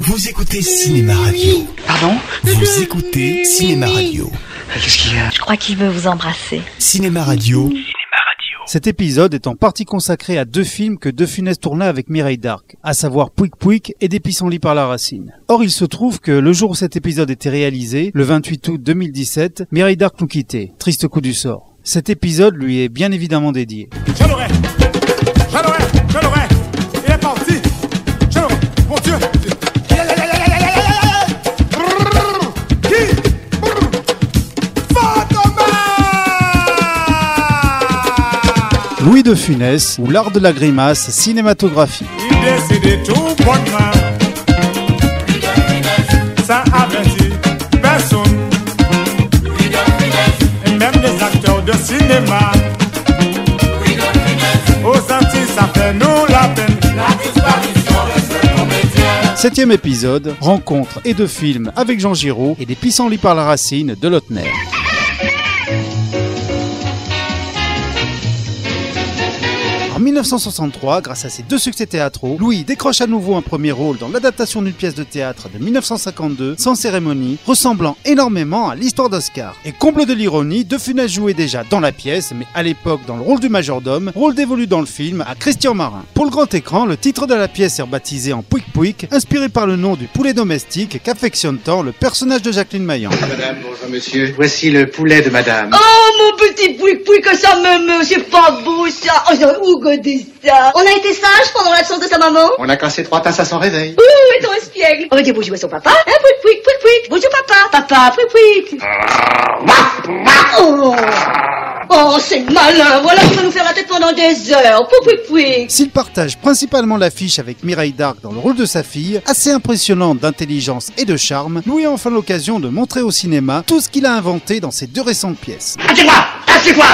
Vous écoutez Cinéma Radio. Pardon Vous écoutez Cinéma Radio. Qu'est-ce qu'il y a Je crois qu'il veut vous embrasser. Cinéma Radio. Cet épisode est en partie consacré à deux films que De Funès tourna avec Mireille Darc, à savoir Pouic Pouic et Des pissenlits par la racine. Or, il se trouve que le jour où cet épisode était réalisé, le 28 août 2017, Mireille Darc nous quittait. Triste coup du sort. Cet épisode lui est bien évidemment dédié. Je l'aurai Je l'aurai Je l'aurai Il est parti Je l'aurai Mon Dieu Qui Fantomas Louis De Funès ou l'art de la grimace cinématographique. Il décide tout bonnement Sans avertir personne Et même les acteurs de cinéma Aux Antilles ça fait nous la peine Septième épisode, rencontre et deux films avec Jean Giraud et Des pissenlits par la racine de Lotner. En 1963, grâce à ses deux succès théâtraux, Louis décroche à nouveau un premier rôle dans l'adaptation d'une pièce de théâtre de 1952, Sans cérémonie, ressemblant énormément à l'histoire d'Oscar. Et comble de l'ironie, De Funès jouait déjà dans la pièce, mais à l'époque dans le rôle du majordome, rôle dévolu dans le film à Christian Marin. Pour le grand écran, le titre de la pièce est baptisé en Pouic Pouic, inspiré par le nom du poulet domestique qu'affectionne tant le personnage de Jacqueline Maillan. Madame, bonjour monsieur. Voici le poulet de madame. Oh, mon petit poui-poui, que ça me meut, c'est pas beau, ça. Oh, j'ai où goûté ça On a été sage pendant l'absence de sa maman On a cassé trois tasses à son réveil. Oui, ton espiègle. On va dire bonjour à son papa. Hein, poui-poui, poui-poui. Bonjour papa, papa, poui-poui. Oh, oh c'est malin, voilà qui va nous faire la tête pendant des heures. Poui-poui-poui. S'il partage principalement l'affiche avec Mireille Darc dans le rôle de sa fille, assez impressionnante d'intelligence et de charme, Louis a enfin l'occasion de montrer au cinéma tout ce qu'il a inventé dans ses deux récentes pièces. Ah, c'est quoi Ah, c'est quoi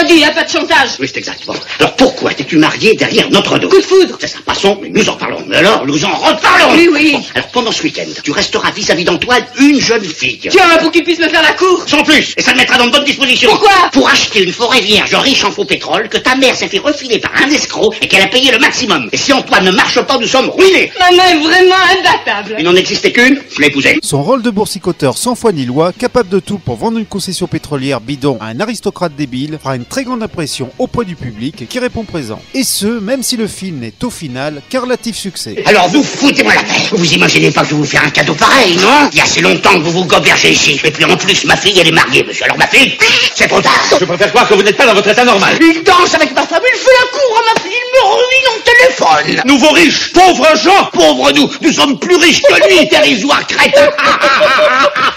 On dit, hein, pas de chantage. Oui, c'est exact. Bon. Alors pourquoi t'es-tu marié derrière notre dos Coup de foudre. C'est ça, passons, mais nous en parlons. Mais alors, nous en reparlons Oui, oui. Bon, alors pendant ce week-end, tu resteras vis-à-vis d'Antoine une jeune fille. Tiens, pour qu'il puisse me faire la cour. Sans plus Et ça te mettra dans de bonnes dispositions. Pourquoi Pour acheter une forêt vierge riche en faux pétrole que ta mère s'est fait refiler par un escroc et qu'elle a payé le maximum. Et si Antoine ne marche pas, nous sommes ruinés Maman est vraiment imbattable. Il n'en existait qu'une, je l'ai épousée. Son rôle de boursicoteur sans foi ni loi, capable de tout pour vendre une concession pétrolière bidon à un aristocrate débile, fera une très grande impression auprès du public qui répond présent. Et ce, même si le film n'est au final qu'un relatif succès. Alors vous foutez-moi la paix Vous imaginez pas que je vais vous faire un cadeau pareil, non Il y a assez longtemps que vous vous gobergez ici. Et puis en plus, ma fille, elle est mariée, monsieur. Alors ma fille, c'est trop tard Je préfère croire que vous n'êtes pas dans votre état normal. Il danse avec ma femme, il fait la cour à ma fille, il me ruine en téléphone Nouveau riche, pauvre Jean Pauvre nous, nous sommes plus riches que lui, dérisoire crétin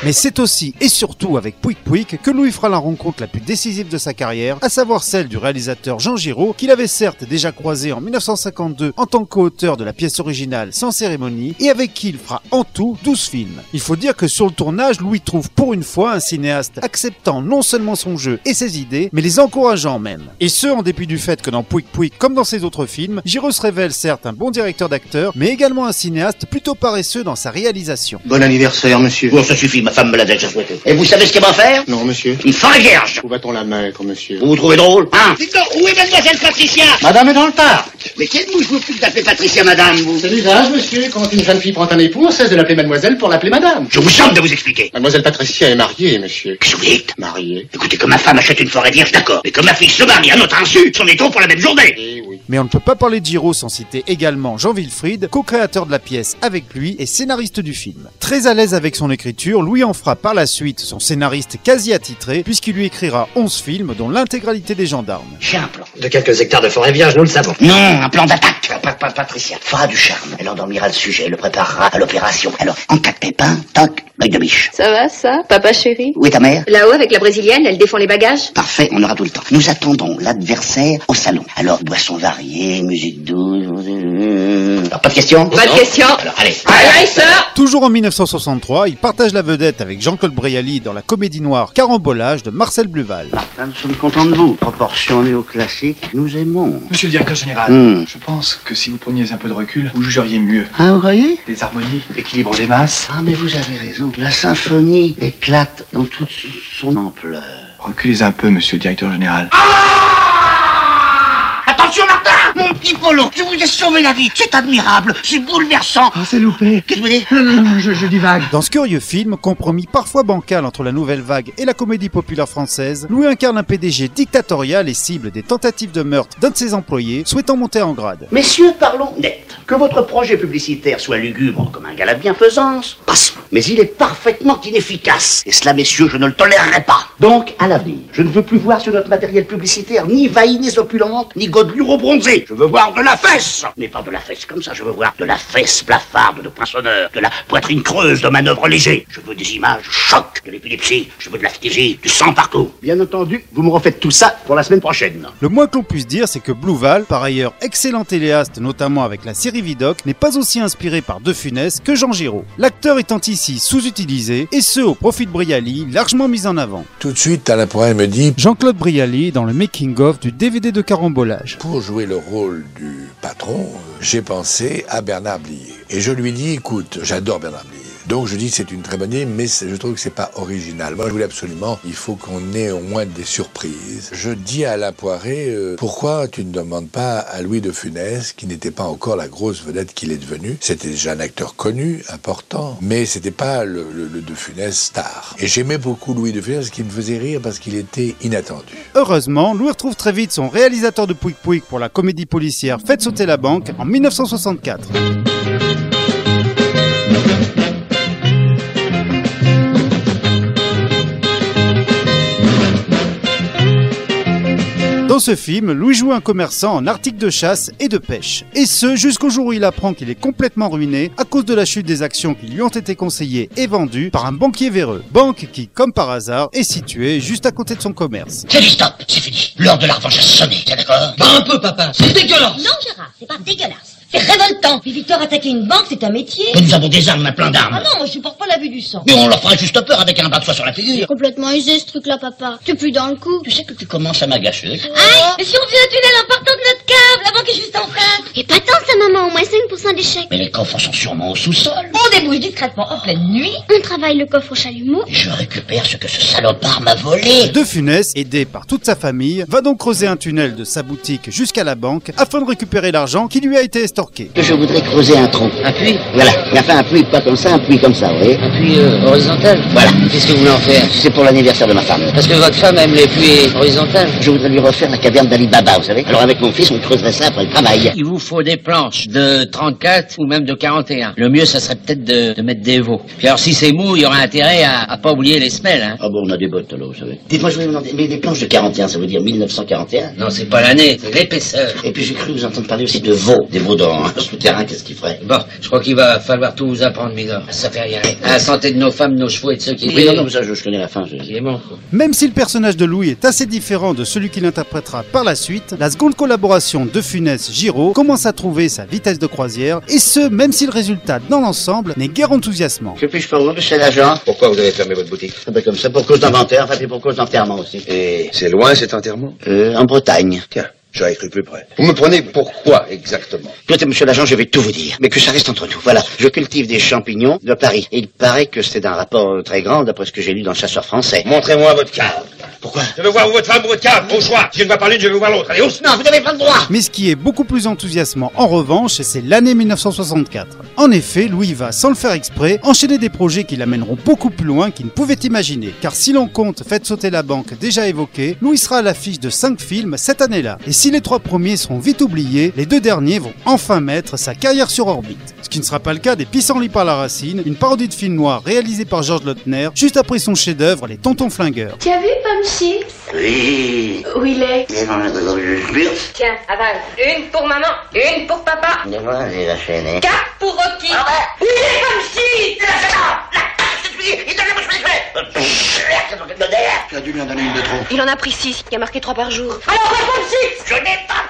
Mais c'est aussi et surtout avec Pouic Pouic que Louis fera la rencontre la plus décisive de sa carrière, à savoir celle du réalisateur Jean Giraud, qu'il avait certes déjà croisé en 1952 en tant qu'auteur de la pièce originale Sans cérémonie, et avec qui il fera en tout 12 films. Il faut dire que sur le tournage, Louis trouve pour une fois un cinéaste acceptant non seulement son jeu et ses idées, mais les encourageant même. Et ce, en dépit du fait que dans Pouic Pouic, comme dans ses autres films, Giraud se révèle certes un bon directeur d'acteurs, mais également un cinéaste plutôt paresseux dans sa réalisation. Bon anniversaire, monsieur. Bon, ça suffit, ma femme me l'a déjà souhaité. Et vous savez ce qu'elle va faire Oh, Non, monsieur. Une forêt vierge Où va-t-on la mettre, monsieur Oh, Vous vous trouvez drôle, hein Dites donc, où est mademoiselle Patricia Madame est dans le parc. Mais quelle mouche vous faites d'appeler Patricia, madame, vous C'est l'usage, monsieur. Quand une jeune fille prend un époux, on cesse de l'appeler mademoiselle pour l'appeler madame. Je vous chante de vous expliquer. Mademoiselle Patricia est mariée, monsieur. Qu'est-ce que vous dites Mariée Écoutez, que ma femme achète une forêt vierge, d'accord. Mais que ma fille se marie à notre insu, c'en est trop pour la même journée. Eh oui. Mais on ne peut pas parler de Giraud sans citer également Jean Wilfried, co-créateur de la pièce avec lui et scénariste du film. Très à l'aise avec son écriture, Louis en fera par la suite son scénariste quasi attitré, puisqu'il lui écrira 11 films, dont l'intégralité des gendarmes. J'ai un plan. De quelques hectares de forêt vierge, nous le savons. Non, un plan d'attaque. Pa- pa- Patricia fera du charme. Elle endormira le sujet, le préparera à l'opération. Alors, en cas de pépin, toc, l'œil de biche. Ça va, ça Papa chéri Où est ta mère Là-haut, avec la brésilienne, elle défend les bagages Parfait, on aura tout le temps. Nous attendons l'adversaire au salon. Alors, boissons variées, musique douce. Alors, pas de questions Pas de question Alors, allez. Allez, sœur Toujours en 1963, il partage la vedette avec Jean-Claude Brialy dans la comédie noire Carambolage de Marcel Bluval. Martin, nous sommes contents de vous. Proportionné au classique, nous aimons. Monsieur le directeur général, Hmm. je pense que si vous preniez un peu de recul, vous jugeriez mieux. Ah, vous voyez Les harmonies, l'équilibre des masses. Ah, mais vous avez raison. La symphonie éclate dans toute son ampleur. Reculez un peu, monsieur le directeur général. Ah Attention, Martin Mon petit Polo, je vous ai sauvé la vie. C'est admirable, c'est bouleversant. Ah, c'est loupé. Qu'est-ce que vous voulez je, je divague. Dans ce curieux film, compromis parfois bancal entre la nouvelle vague et la comédie populaire française, Louis incarne un PDG dictatorial et cible des tentatives de meurtre d'un de ses employés souhaitant monter en grade. Messieurs, parlons net. Que votre projet publicitaire soit lugubre comme un gala de bienfaisance, passe. Mais il est parfaitement inefficace. Et cela, messieurs, je ne le tolérerai pas. Donc, à l'avenir, je ne veux plus voir sur notre matériel publicitaire ni vaillines opulentes, ni godelures bronzées. Je veux voir de la fesse. Mais pas de la fesse comme ça, je veux voir de la fesse blafarde de poinçonneur, de la poitrine creuse de manœuvre léger. Je veux des images choc, de l'épilepsie, je veux de l'aphthésie, du sang partout. Bien entendu, vous me refaites tout ça pour la semaine prochaine. Le moins que l'on puisse dire, c'est que Blouval, par ailleurs excellent téléaste notamment avec la série Vidocq, n'est pas aussi inspiré par De Funès que Jean Giraud. L'acteur étant ici sous-utilisé, et ce au profit de Brialy, largement mis en avant. Tout de suite, Alain Poiret me dit Jean-Claude Brialy dans le making-of du DVD de Carambolage. Pour jouer le rôle du patron, euh, j'ai pensé à Bernard Blier. Et je lui dis écoute, j'adore Bernard Blier. Donc je dis c'est une très bonne idée, mais c'est- je trouve que c'est pas original. Moi je voulais absolument, il faut qu'on ait au moins des surprises. Je dis à Alain Poiré, euh, pourquoi tu ne demandes pas à Louis de Funès, qui n'était pas encore la grosse vedette qu'il est devenu. C'était déjà un acteur connu, important, mais c'était pas le, le- le de Funès star. Et j'aimais beaucoup Louis de Funès, qui me faisait rire parce qu'il était inattendu. Heureusement, Louis retrouve très vite son réalisateur de Pouic Pouic pour la comédie policière Faites sauter la banque en 1964. Dans ce film, Louis joue un commerçant en articles de chasse et de pêche. Et ce, jusqu'au jour où il apprend qu'il est complètement ruiné à cause de la chute des actions qui lui ont été conseillées et vendues par un banquier véreux. Banque qui, comme par hasard, est située juste à côté de son commerce. C'est du stop, c'est fini. L'heure de la revanche a sonné, t'es d'accord Pas un peu, papa, c'est dégueulasse Non, Gérard, c'est pas dégueulasse. C'est révoltant. Puis Victor, attaquer une banque, c'est un métier. Mais nous avons des armes à plein Ah d'armes. non, moi, je supporte pas la vue du sang. Mais on leur fera juste peur avec un bras de soie sur la figure. Complètement usé ce truc-là, papa. Tu plus dans le coup. Tu sais que tu commences à m'agacer. Aïe Mais si on fait un tunnel en partant de notre cave, la banque est juste en face Et pas tant ça, maman, au moins 5% d'échecs. Mais les coffres sont sûrement au sous-sol. On débouche discrètement en pleine nuit. On travaille le coffre au chalumeau. Et je récupère ce que ce salopard m'a volé. De Funès, aidé par toute sa famille, va donc creuser un tunnel de sa boutique jusqu'à la banque afin de récupérer l'argent qui lui a été estorqué. Je voudrais creuser un tronc. Un puits Voilà. Mais enfin, un puits pas comme ça, un puits comme ça, vous voyez Un puits euh, horizontal Voilà. Qu'est-ce que vous voulez en faire C'est pour l'anniversaire de ma femme. Parce que votre femme aime les puits horizontales. Je voudrais lui refaire la caverne d'Ali Baba, vous savez. Alors avec mon fils, on creuserait ça après le travail. Il vous faut des planches de 34 ou même de 41. Le mieux, ça serait peut-être de, de mettre des veaux. Puis alors, si c'est mou, il y aura intérêt à, à pas oublier les semelles, hein. Ah bon, on a des bottes, là, vous savez. Dites-moi, je voulais vous demander, mais les planches de 41, ça veut dire 1941 Non, c'est pas l'année, c'est l'épaisseur. Et puis j'ai cru vous entendre parler aussi de veaux, des veaux hein, dans un souterrain, qu'est-ce qu'ils feraient Bon, je crois qu'il va falloir tout vous apprendre, Migor. Ça fait rien. À la santé de nos femmes, nos chevaux et de ceux qui... Oui, non, non, mais ça, je, je connais la fin. je- Il est mort, quoi. Même si le personnage de Louis est assez différent de celui qu'il interprétera par la suite, la seconde collaboration de Funès Giraud commence à trouver sa vitesse de croisière, et ce même si le résultat dans l'ensemble n'est guère enthousiasmant. Que puis-je faire au nom de cet agent Pourquoi vous avez fermé votre boutique Ah ben, Comme ça, pour cause d'inventaire, enfin, puis pour cause d'enterrement aussi. Et c'est loin cet enterrement Euh, en Bretagne. Tiens, j'aurais cru plus près. Vous me prenez pourquoi exactement Écoutez, monsieur l'agent, je vais tout vous dire. Mais que ça reste entre nous. Voilà, je cultive des champignons de Paris. Et il paraît que c'est d'un rapport euh, très grand, d'après ce que j'ai lu dans le chasseur français. Montrez-moi votre cave. Pourquoi Je veux voir où votre femme ou votre cave, au choix. Si je ne vois pas l'une, je veux voir l'autre. Allez, hausse Non, vous n'avez pas le droit Mais ce qui est beaucoup plus enthousiasmant en revanche, c'est l'année 1964. En effet, Louis va, sans le faire exprès, enchaîner des projets qui l'amèneront beaucoup plus loin qu'il ne pouvait imaginer. Car si l'on compte Faites sauter la banque déjà évoquée, Louis sera à l'affiche de 5 films cette année-là. Et si les trois premiers seront vite oubliés, les deux derniers vont enfin mettre sa carrière sur orbite. Ce qui ne sera pas le cas des Pissenlits par la racine, une parodie de film noir réalisée par Georges Lautner juste après son chef-d'œuvre Les Tontons Flingueurs. Tu as vu Pomme Chips Oui. Où il est Tiens, avale. Une pour maman, une pour papa. Mais voilà, j'ai la chaîne, hein. Quatre pour Rocky. Ah ouais Tu as dû lui en donner une de trop. Il en a pris six. Il y a marqué trois par jour. Il est à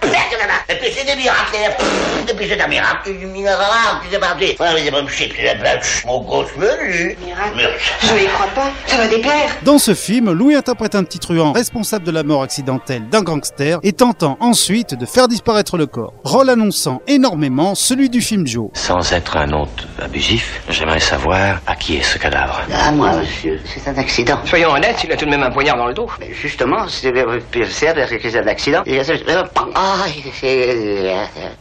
perte là-bas. Et puis c'est des miracles. terre. Pfff, Depuis cette miracle, du minéral, tu sais pas, tu sais. Ah, vous avez me chier, tu sais pas, pfff, mon gosse venu. Je n'y crois pas, ça va déplaire. Dans ce film, Louis interprète un petit truand responsable de la mort accidentelle d'un gangster et tentant ensuite de faire disparaître le corps. Rôle annonçant énormément celui du film Joe. Sans être un hôte abusif, j'aimerais savoir à qui est ce cadavre. Ah, moi, monsieur, c'est un accident. Soyons honnêtes, il a tout de même un poignard dans le dos. Mais justement, c'est euh, c'est c'est un accident. Et ça, euh, pam, Ah, c'est.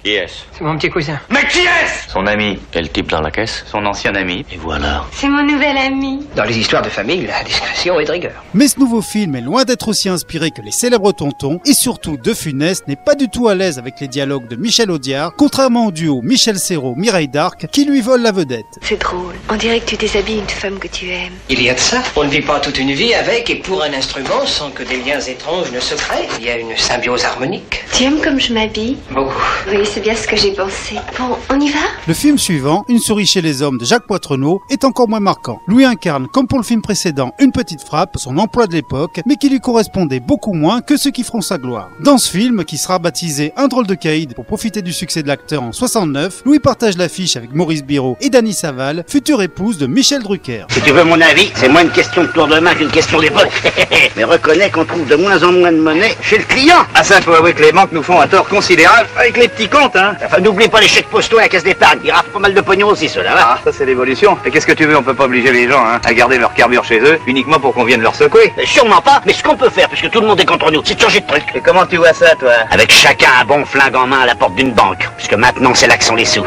Qui est-ce C'est mon petit cousin. Mais qui est-ce Son ami. Quel type dans la caisse Son ancien ami. Et vous alors C'est mon nouvel ami. Dans les histoires de famille, la discrétion est de rigueur. Mais ce nouveau film est loin d'être aussi inspiré que les célèbres tontons et surtout De Funès n'est pas du tout à l'aise avec les dialogues de Michel Audiard, contrairement au duo Michel Serrault Mireille Darc qui lui vole la vedette. C'est drôle. On dirait que tu déshabilles une femme que tu aimes. Il y a de ça. On ne vit pas toute une vie avec et pour un instrument sans que des liens étranges ne se créent. Il y a une symbiose harmonique. Tu aimes comme je m'habille Beaucoup. Oui, c'est bien ce que j'ai pensé. Bon, on y va Le film suivant, Une souris chez les hommes de Jacques Poitrenaud, est encore moins marquant. Louis incarne, comme pour le film précédent, une petite frappe, son emploi de l'époque, mais qui lui correspondait beaucoup moins que ceux qui feront sa gloire. Dans ce film, qui sera baptisé Un drôle de caïd pour profiter du succès de l'acteur en 69, Louis partage l'affiche avec Maurice Biro et Dany Saval, future épouse de Michel Drucker. Si tu veux mon avis, c'est moins une question de tour de main qu'une question d'époque. Mais reconnais qu'on trouve de moins en moins de monnaie chez le client. Ah ça, faut avouer que les banques nous font un tort considérable Ah, avec les petits comptes, hein. Enfin, n'oublie pas les chèques postaux et la caisse d'épargne. Ils raflent pas mal de pognon aussi, ceux-là. Ah, ça c'est l'évolution. Et qu'est-ce que tu veux On peut pas obliger les gens hein, à garder leur carbure chez eux uniquement pour qu'on vienne leur secouer. Euh, sûrement pas, mais ce qu'on peut faire, puisque tout le monde est contre nous, c'est de changer de truc. Et comment tu vois ça, toi Avec chacun un bon flingue en main à la porte d'une banque, puisque maintenant c'est là que sont les sous.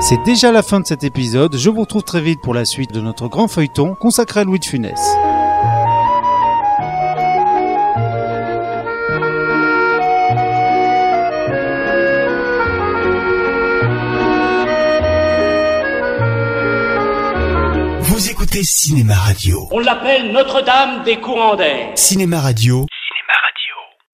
C'est déjà la fin de cet épisode, je vous retrouve très vite pour la suite de notre grand feuilleton consacré à Louis de Funès. Vous écoutez Cinéma Radio. On l'appelle Notre-Dame des courants d'air. Cinéma Radio.